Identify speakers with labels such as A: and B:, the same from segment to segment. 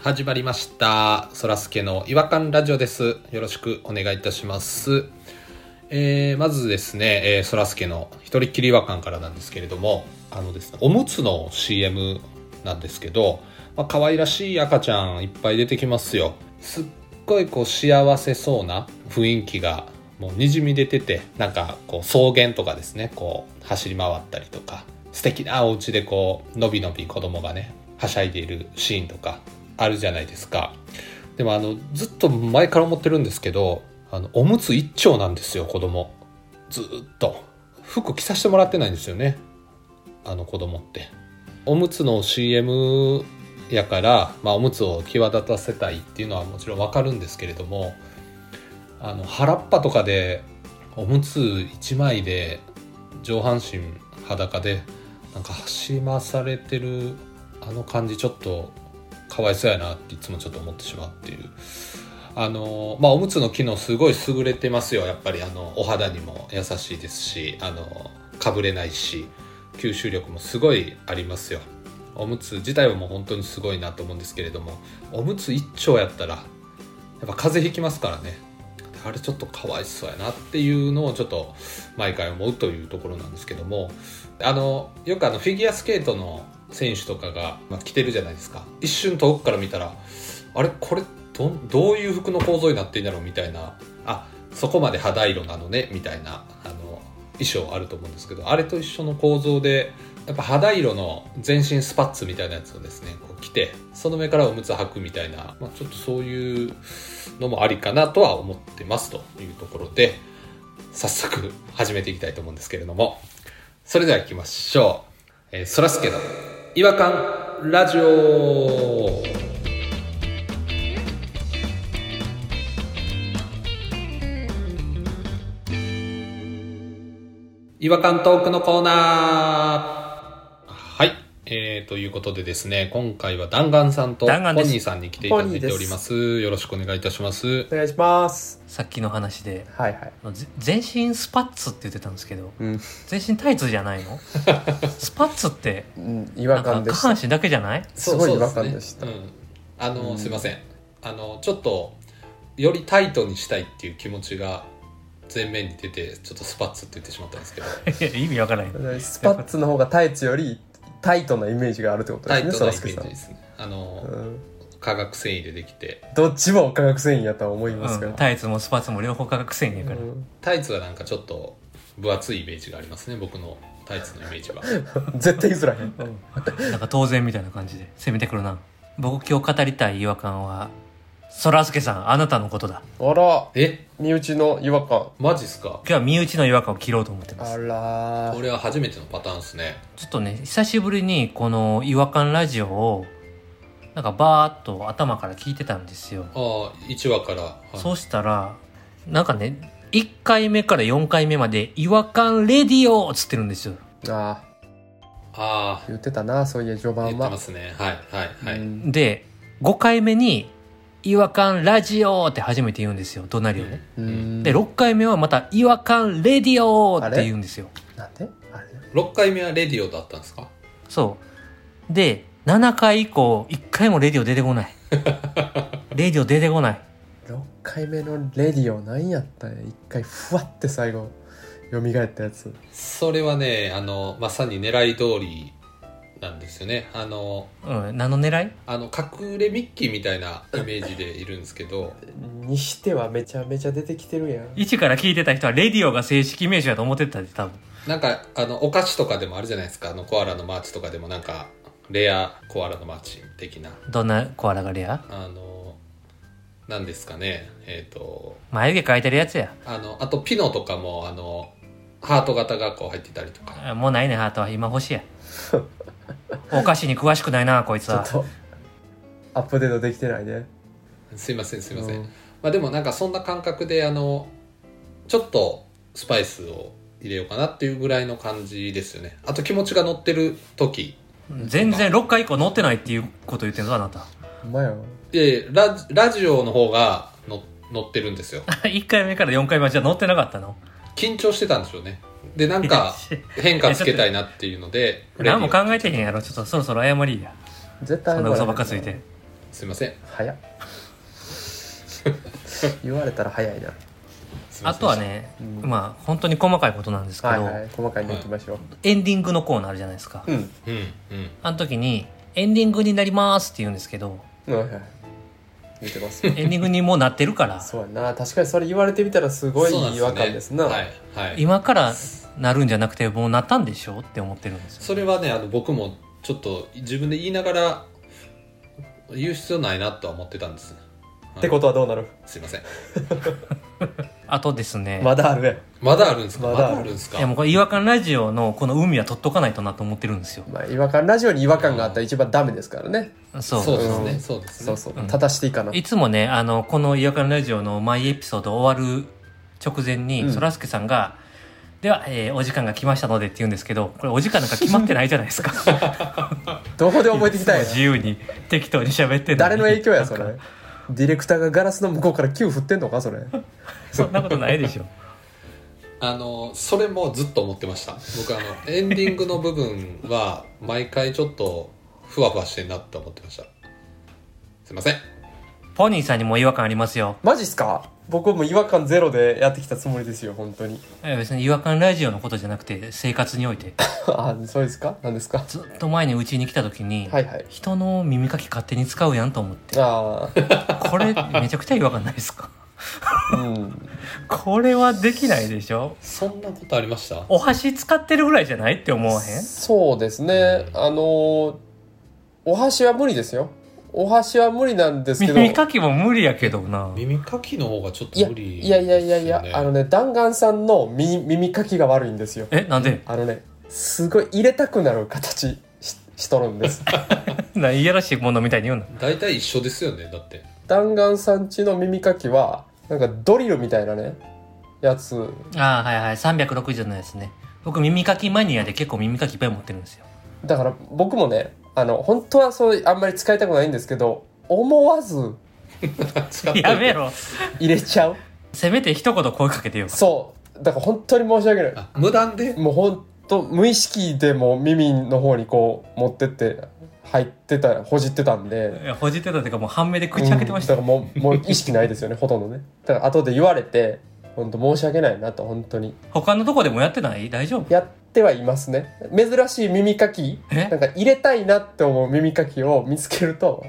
A: 始まりました。そらすけの違和感ラジオです。よろしくお願いいたします。えーまずですね、えーそらすけの一人っきり違和感からなんですけれども、あのですね、おむつの CM なんですけど、まあ、可愛らしい赤ちゃんいっぱい出てきますよ。すっごいこう幸せそうな雰囲気がもうにじみ出てて、なんかこう草原とかですね、こう走り回ったりとか、素敵なお家でこうのびのび子供がねはしゃいでいるシーンとかあるじゃないですかでもあのずっと前から思ってるんですけどあのおむつ一丁なんですよ子供ずーっと服着させてもらってないんですよねあの子供っておむつの CM やから、まあ、おむつを際立たせたいっていうのはもちろんわかるんですけれどもあの原っぱとかでおむつ1枚で上半身裸でなんか走まされてるあの感じちょっとかわいそうやなっていつもちょっと思ってしまうっていうあのまあおむつの機能すごい優れてますよやっぱりあのお肌にも優しいですしあのかぶれないし吸収力もすごいありますよおむつ自体はもう本当にすごいなと思うんですけれどもおむつ一丁やったらやっぱ風邪ひきますからねあれちょっとかわいそうやなっていうのをちょっと毎回思うというところなんですけどもあのよくあのフィギュアスケートの選手とかが、まあ、着てるじゃないですか一瞬遠くから見たらあれこれどどういう服の構造になってんだろうみたいなあそこまで肌色なのねみたいなあの衣装あると思うんですけどあれと一緒の構造でやっぱ肌色の全身スパッツみたいなやつをですねこう着てその上からおむつ履くみたいな、まあ、ちょっとそういうのもありかなとは思ってますというところで早速始めていきたいと思うんですけれどもそれでは行きましょう、えー、そらすけの違和感ラジオ違和感トークのコーナーはい、えー、ということでですね今回は弾丸さんとポ
B: 弾丸です
A: ニーさんに来ていただいておりますよろしくお願いいたします
C: お願いします
B: さっきの話で
C: はいはい
B: ぜ全身スパッツって言ってたんですけど
C: うん、
B: 全身タイツじゃない のスパッツって
C: うん、違
B: な
C: 和
B: んか
C: 感で
B: 下
C: した
B: 半身だけじゃない
C: すごい違和感でした
A: そうそうすねうん、あの、
C: うん
A: すいませんあのちょっとよりタイトにしたいっていう気持ちが前面に出てちょっとスパッツって言ってしまったんですけど
B: いや意味わからない
C: スパッツの方がタイツよりタイトなイメージがあるってこと
A: タ
C: で
A: イ
C: すね
A: トなイメ
C: そらすけ
A: ー
C: さ
A: ジですねあの、
C: ん、うん、
A: 化学繊維でできて
C: どっちも化学繊維やとは思います
B: う
C: が、
B: ん、タイツもスパッツも両方化学繊維や
C: う
B: から、
C: ん
A: タイツはなんかちょっと分厚いイメージがありますね僕のタイツのイメー ジは
C: 絶対譲らへん
B: なんか当然みたいな感じで攻めてくるな僕今日語りたい違和感はそらすけさんあなたのことだ
C: あら
A: え
C: 身内の違和感
A: マジっすか
B: 今日は身内の違和感を切ろうと思ってます
C: あら
A: これは初めてのパターンですね
B: ちょっとね久しぶりにこの違和感ラジオをなんかバーッと頭から聞いてたんですよ
A: ああ1話から、はい
B: そうしたら、なんかね、1回目から4回目まで、違和感レディオっつってるんですよ。
C: あ
A: あ
C: 言ってたなそういや序
A: あ
C: 盤
A: 言ってま
C: は
A: すねはいはいはい、
C: うん
B: で、5回目に、違和感ラジオって初めて言うんですよ、怒鳴りをね。
C: うん
B: で、6回目はまた、違和感レディオって言うんですよ。
C: なんであれ
A: 6回目はレディオだったんですか
B: そう。で、7回以降、1回もレディオ出てこない。レディオ出てこない。
C: 6回目のレディオ何やったんや一回ふわって最後蘇ったやつ
A: それはねあのまさに狙い通りなんですよねあの
B: うん、何の狙い
A: あの隠れミッキーみたいなイメージでいるんですけど
C: にしてはめちゃめちゃ出てきてるやん
B: 一から聞いてた人は、レディオが正式名称だと思ってたで、多分。
A: なんかあのお菓子とかでもあるじゃないですかあのコアラのマーチとかでもなんかレアコアラのマーチ的な
B: どんなコアラがレア
A: あのなんですかねえっ、と
B: 眉毛描いてるやつや。
A: あのあとピノとかもあのハート型がこう入ってたりとか
B: もうないねハートは今欲しいやお菓子に詳しくないなこいつ
C: ちょ
B: は
C: っとアップデートできてないね
A: すいませんすいません、
C: うん
A: まあ、でもなんかそんな感覚であのちょっとスパイスを入れようかなっていうぐらいの感じですよねあと気持ちが乗ってる時
B: 全然6回以降乗ってないっていうこと言ってんぞあな た
C: ほんまやわ
A: でラジラジオの方がの乗ってるんですよ
B: 1回目から4回目はじゃあ乗ってなかったの
A: 緊張してたんでしょうねでなんか 変化つけたいなっていうので
B: 何も
A: レディ
B: 考えてへんやろちょっとそろそろ謝りや
C: 絶対
B: そんな
C: 嘘
B: 嘘ばっかついて
A: すいません
C: 早っ言われたら早いな
A: すいま
B: あ
A: せん
B: とはね、
C: うん
B: まあ本当に細かいことなんですけど、
C: はいはい細かいにいきましょう、
B: エンディングのコーナーあるじゃないですか、
C: うん
A: うんうん
B: あの時に「エンディングになります」って言うんですけど
C: はいはい見てます
B: エンディングにもうなってる から
C: そうやな確かにそれ言われてみたらすごい違和感ですな
A: そうなんですよねはいはい
B: 今からなるんじゃなくてもうなったんでしょって思ってるんですよ
A: それはねあの僕もちょっと自分で言いながら言う必要ないなとは思ってたんです
C: ってことはどうなる、
A: すいません
B: あとですね、
C: まだあるね
A: まだあるんですかま
C: まだあ
A: だ
C: る
A: あるんですか
B: いやもうこれ違和感ラジオのこの海は取っとかないとなと思ってるんですよ
C: まあ違和感ラジオに違和感があったら一番ダメですからね
B: そう
A: そうです
C: う
A: ね
C: ん
A: そうですね
C: そうそう
B: うん
C: 正していいかな、
B: いつもねあのこの違和感ラジオの毎エピソード終わる直前
C: うん
B: にそらすけさんが「では、えーお時間が来ましたので」って言うんですけどこれお時間なんか決まってないじゃない ですか
C: どこで覚えてきたんや
B: 自由に適当に喋ってん
C: 誰の影響やそれ
B: なんか
C: ディレクターがガラスの向こうから球振ってんのかそれ
B: そんなことないでしょ
A: あのそれもずっと思ってました僕あのエンディングの部分は毎回ちょっとふわふわしてんなって思ってましたすいません
B: ポニーさんにも違和感ありますよ
C: マジっすか僕も違和感ゼロでやってきたつもりですよ本当に
B: えー別に違和感ラジオのことじゃなくて生活において
C: あそうですか何ですか
B: ずっと前にうちに来た時に、
C: はいはい
B: 人の耳かき勝手に使うやんと思って
C: あ
B: これめちゃくちゃ違和感ないですか
C: あうん
B: これはできないでしょ
A: そんなことありました
B: お箸使ってるぐらいじゃないって思わへん
C: そうですねあのーお箸は無理ですよお箸は無理なんですけど
B: 耳かきも無理やけどな
A: 耳かきの方がちょっ
C: い
A: と
C: や
A: 無理
C: いやいやいやいや、
A: ですよね
C: あのね弾丸さんの耳耳かきが悪いんですよ
B: えなん で
C: あのねすごい入れたくなる形ししとるんです
B: ないやらしいものみたいに言うの
A: 大体一緒ですよねだ って
C: 弾丸さんちの耳かきはなんかドリルみたいなねやつ
B: ああはいはい360のやつね僕耳かきマニアで結構耳かきいっぱい持ってるんですよ
C: だから僕もねあの本当はそうあんまり使いたくないんですけど思わず
A: 使ってる
B: やめろ
C: 入れちゃう
B: せめて一言声かけてよ
C: そうだから本当に申し訳ない
A: あ無断で
C: もう本当無意識でもう耳の方にこう持ってって入ってたほじってたんで
B: いやほじってたっていうかもう半目で口開けてました、
C: うんだからもうもう意識ないですよね ほとんどねだから後で言われて本当申し訳ないなと本当に
B: 他のとこでもやってない大丈夫
C: やってはいますね珍しい耳かき
B: え
C: なんか入れたいなって思う耳かきを見つけると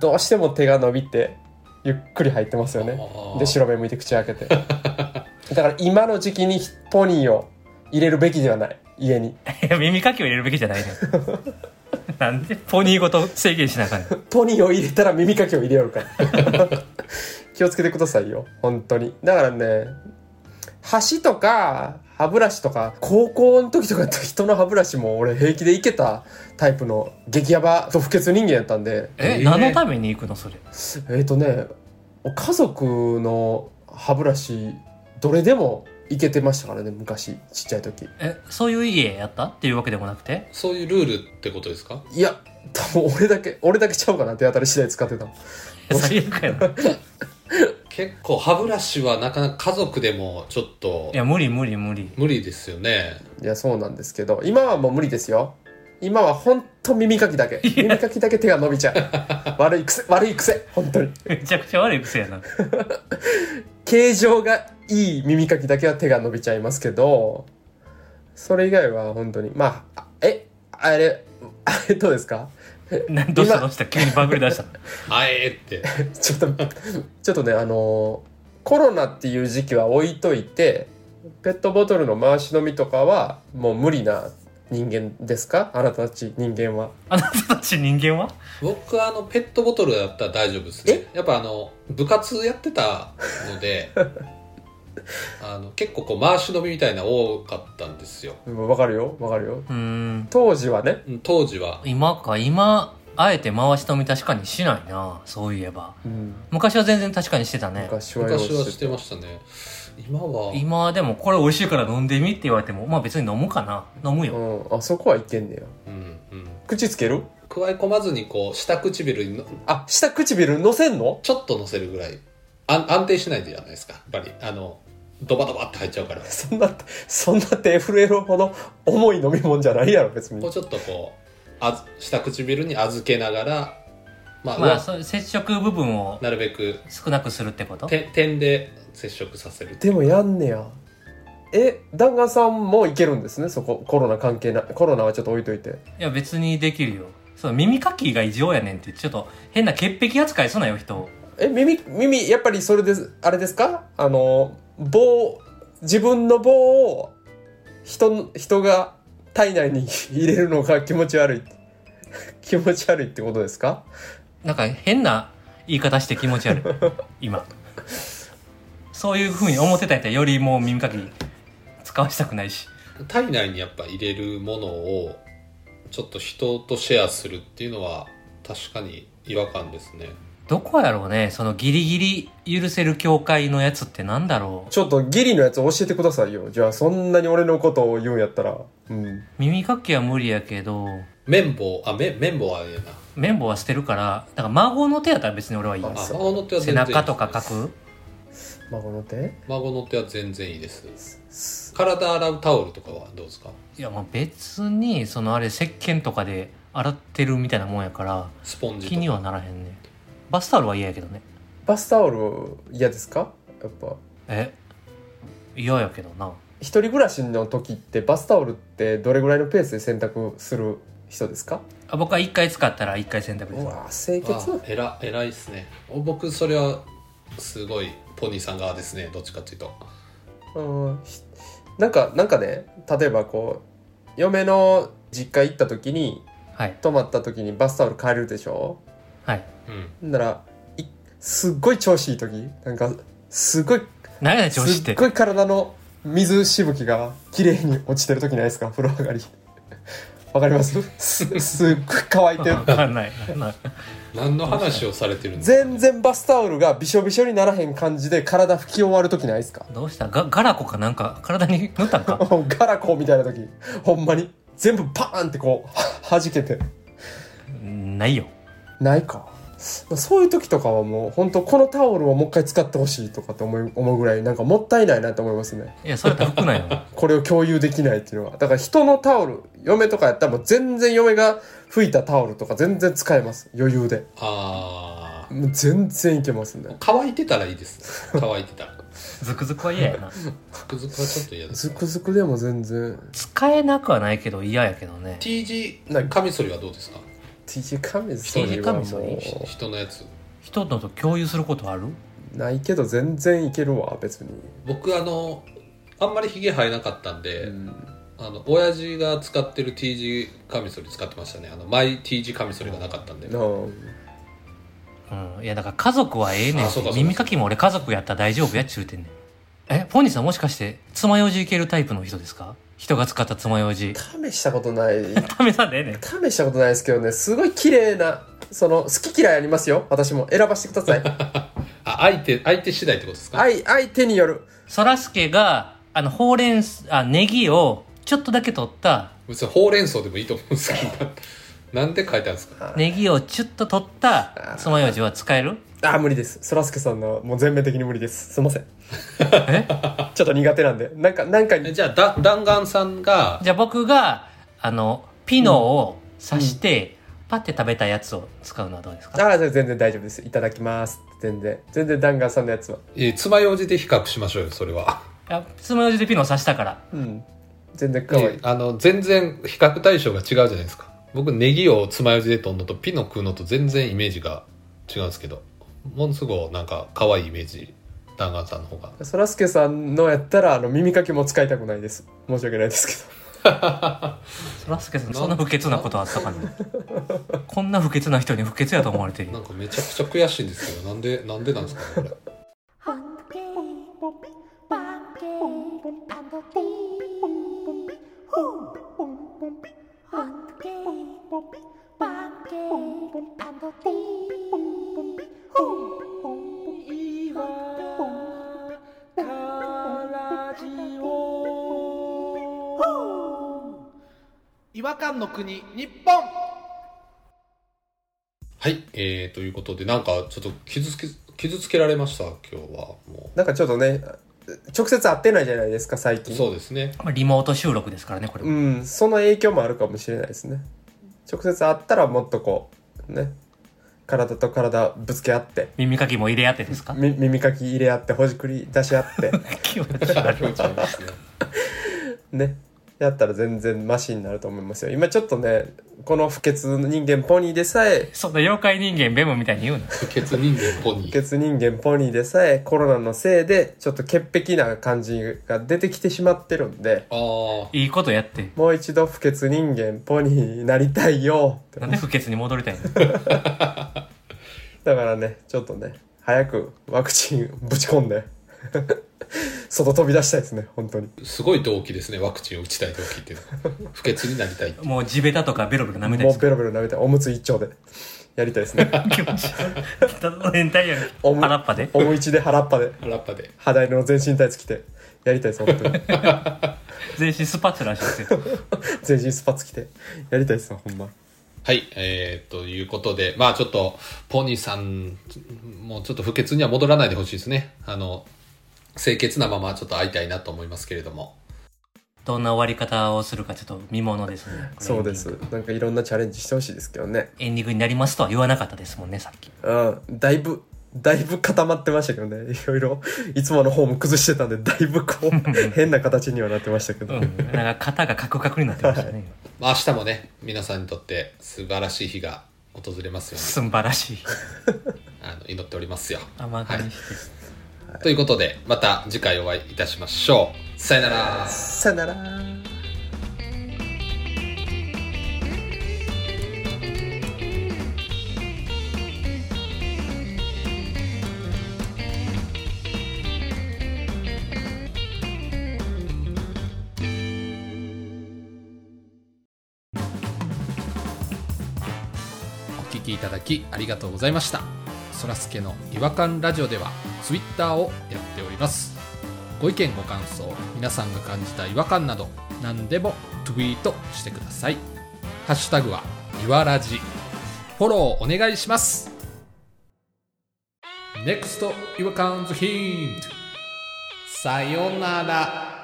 C: どうしても手が伸びてゆっくり入ってますよね
A: あー
C: で白目向いて口開けて だから今の時期にポニーを入れるべきではない家に
B: いや耳かきを入れるべきじゃないね なんでポニーごと制限しなあかんねん
C: ポニーを入れたら耳かきを入れよ るから気をつけてくださいよ本当にだからね箸とか歯ブラシとか高校の時とかやったら人の歯ブラシも俺平気でいけたタイプの激ヤバと不潔人間やったんで
B: え、
A: えー
B: 何のために行くのそれ
C: えっ、とね家族の歯ブラシどれでもいけてましたからね昔ちっちゃい時
B: えそういう家やったっていうわけでもなくて
A: そういうルールってことですか
C: いや多分俺だけ俺だけちゃうかな手当たり次第使ってたの
B: 最悪やない
A: 結構歯ブラシはなかなか家族でもちょっと
B: や無理無理無理
A: 無理ですよね
C: いやそうなんですけど今はもう無理ですよ今はほんと耳かきだけ耳かきだけ手が伸びちゃう悪い癖悪い癖本当に
B: めちゃくちゃ悪い癖やな
C: 形状がいい耳かきだけは手が伸びちゃいますけどそれ以外は本当にまああえあれあれどうですか
B: などうしたどうした急にバグり出したの
A: あえーって
C: ちょっと ちょっとねあのコロナっていう時期は置いといてペットボトルの回し飲みとかはもう無理な人間ですかあなたたち人間は
B: あなたたち人間は
A: 僕はあのペットボトルだったら大丈夫ですねやっぱあの部活やってたの であの結構こう回し飲みみたいなの多かったんですよ
C: うんわかるよわかるよ
B: うーん
C: 当時はね
A: うん当時は
B: 今か今あえて回し飲み確かにしないなそういえば
C: うん
B: 昔は全然確かにしてたね
C: 昔はよう
A: 昔はしてましたね今は
B: 今はでもこれ美味しいから飲んでみって言われてもまあ別に飲むかな飲むよ
C: うん、あそこはいけんねや
A: うんうん
C: 口つける
A: 加え込まずにこう下唇にの
C: あ下唇のせんの
A: ちょっと乗せるぐらいあ安定しないじゃないですかやっぱりあのドバドバって入っちゃうから
C: そんな そんな手震えるほど重い飲み物じゃないやろ別に
A: こうちょっとこうあず下唇に預けながらまあ、
B: まあ
A: うわ
B: そう接触部分を
A: なるべく
B: 少なくするってこと
A: 点点で接触させる
C: でもやんねやえ弾丸さんもいけるんですねそこコロナ関係ないコロナはちょっと置いといて
B: いや別にできるよそう耳かきが異常やねんってちょっと変な潔癖扱いすなよ人を
C: え耳耳やっぱりそれですあれですかあの棒自分の棒を人の人が体内に 入れるのが気持ち悪い 気持ち悪いってことですか
B: なんか変な言い方して気持ち悪い 今そういうふうに思ってたんやったらよりもう耳かき使わしたくないし
A: 体内にやっぱ入れるものをちょっと人とシェアするっていうのは確かに違和感ですね
B: どこやろうねそのギリギリ許せる境界のやつってなんだろう
C: ちょっとギリのやつ教えてくださいよじゃあそんなに俺のことを言うんやったらうん
B: 耳かきは無理やけど
A: 綿棒あめ綿棒はあれやな
B: 綿棒は捨てるからだから孫の手やったら別に俺はいいよ
C: あ
A: あ
C: そう
A: 孫の手は
B: 背
A: 全然いいです
B: 中とかかく
C: 孫の手
A: 孫の手は全然いいです体洗うタオルとかはどうですか
B: いやまあ別にそのあれ石鹸とかで洗ってるみたいなもんやから
A: スポンジと
B: 気
A: か
B: にはならへんねバスタオルは嫌やけどね
C: バスタオル嫌ですかやっぱ
B: え嫌やけどな
C: 一人暮らしの時ってバスタオルってどれぐらいのペースで洗濯する人ですか
B: あ僕は1回使ったら1回洗濯で
C: う
B: す
C: わ清
A: あ
C: 潔
A: えら偉いですねお僕それはすごいポニーさん側ですねどっちかっていうと
C: うんひなんかなんかね例えばこう嫁の実家行った時に
B: はい
C: 泊まった時にバスタオル借りるでしょ
B: はい
A: うん
C: んならいすっごい調子いい時なんかすごい
B: 何やねん調子っ
C: すってごい体の水しぶきが綺麗に落ちてる時ないですか風呂上がりわかります すすっごい乾いてる
B: 分かんない なんない
A: 何の話をされてるんですかね、
C: 全然バスタオルがびしょびしょにならへん感じで体拭き終わる時ないですか
B: どうしたガガラコかなんか体に塗った んか
C: ガラコみたいな時ほんまに全部パーンってこう弾けて
B: ないよ
C: ないかそういう時とかはもう本当このタオルをもう一回使ってほしいとかって思い思うぐらいなんかもったいないなと思いますね
B: いやそれやったら服なんよ
C: これを共有できないっていうのはだから人のタオル嫁とかやったらもう全然嫁が拭いたタオルとか全然使えます余裕で
A: ああ
C: もう全然いけますね
A: 乾いてたらいいですね乾いてたら
B: ズクズクは嫌やな
A: ズクズクはちょっと嫌です
C: ズクズクでも全然
B: 使えなくはないけど嫌やけどね
A: T 字
C: なんか
A: カミソリはどうですか
C: T 字カミソリはも
A: 人のやつ
B: 人のと共有することある
C: うないけど全然いけるわ別に、
A: 僕あのあんまりひげ生えなかったんで、
C: うん
A: あの親父が使ってる T 字カミソリ使ってましたねあのマイ T 字カミソリがなかったんで、
C: うん
B: うんいやだから家族はええねん
A: あそうかそうか
B: 耳かきも俺家族やったら大丈夫やっちゅうてんねんえポニーさんもしかして爪楊枝いけるタイプの人ですか人が使った爪楊枝
C: 試したことない
B: 試さんでええねん
C: 試したことないですけどねすごい綺麗なその好き嫌いありますよ私も選ばせてください
A: あ相手相手次第ってことですか
C: 相相手による
B: そらすけがあのほうれんすあネギをちょっとだけ取った
A: 別にほうれん草でもいいと思うんですけ どなんで書いてあるんですか
B: ネギをちょっと取った爪楊枝は使え る
C: あー無理ですそらすけさんのもう全面的に無理ですすいません
B: え
C: ちょっと苦手なんでなんかなんか
A: え
C: に
A: じゃあだ弾丸さんが
B: じゃあ僕があのピノを刺して、パッて食べたやつを使うのはどうです
C: あ
B: か
C: ー全然大丈夫ですいただきます全然全然弾丸さんのやつは
A: えー爪楊枝で比較しましょうよそれは、
B: いや爪楊枝でピノを刺したから
C: うん全然可愛い、
A: ねあの全然比較対象が違うじゃないですか僕ネギを爪楊枝で取るのとピの食うのと全然イメージが違うんですけどものすごいなんか可愛いイメージ弾丸さんの方が
C: そらすけさんのやったらあの耳かきも使いたくないです申し訳ないですけど
B: そらすけさんそんな不潔なことあったかなこんな不潔な人に不潔やと思われてる
A: なんかめちゃくちゃ悔しいんですけどなんでなんでなんですかねこれ
D: Hunky,
E: 違和感の国日本
A: はいえー、ということでなんかちょっと傷つけ傷つけられました今日はも
C: なんかちょっとね直接会ってないじゃないですか最
A: う
C: 近
A: そうですね
B: まあリモート収録ですからねこれ、
C: うんその影響もあるかもしれないですね直接会ったらもっとこうね体と体ぶつけ合って
B: 耳かきも入れ合ってですか
C: み耳かき入れ合ってほじくり出し合って
B: 気持ち悪い
A: ですね。
C: ねやったら全然マシになると思いますよ今ちょっとねこの不潔人間ポニーでさえ
B: そんな妖怪人間ベムみたいに言うな
A: 不潔人間ポニ
C: 不
A: ー。
C: 潔人間ポニーでさえコロナのせいでちょっと潔癖な感じが出てきてしまってるんで
A: あ
B: いいことやって
C: もう一度不潔人間ポニーになりたいよって
B: なんで不潔に戻りたいの
C: だからねちょっとね早くワクチンぶち込んで 外飛び出したいですね本当に
A: あ、すごい動機ですね。ワクチンを打ちたい動機っていうのは。不潔になりたいって。
B: もう地べたとかベロベロ舐めたいで
C: もう
B: す
C: ベロベロ舐めたいおむつ一丁でやりたいで すね
B: 気持ち悪いただの変態や
C: お
B: ろ
C: む
B: 腹っぱで
C: おむいちで腹っぱで
A: 腹っぱで。
C: 肌色の全身タイツ着てやりたいです本 当に
B: 全身スパッツらしいですよ
C: 全身スパッツ着てやりたいですよほんま
A: はい、えー、ということで、まあちょっと、ポニーさん、もうちょっと不潔には戻らないでほしいですね。あの、清潔なままちょっと会いたいなと思いますけれども。
B: どんな終わり方をするかちょっと見ものですね
C: そうですなんかいろんなチャレンジしてほしいですけどね
B: エンディングになりますとは言わなかったですもんねさっき
C: うんだいぶだいぶ固まってましたけどねいろいろいつものフォーム崩してたんでだいぶこ う変な形にはなってましたけど、
B: うんなんか肩がカクカクになってま したね
A: まあ明日もね、皆さんにとって素晴らしい日が訪れますよ
B: すんばらしいう
A: に、あの祈っておりますよ。
B: 甘がみして、
A: ということで、また次回お会いいたしましょう。さよなら。
C: さよなら
A: お聞きいただきありがとうございましたそらすけの違和感ラジオではツイッターをやっておりますご意見ご感想皆さんが感じた違和感など何でもツイートしてくださいハッシュタグはいわらじフォローお願いします NEXT 違和感ズヒントさよなら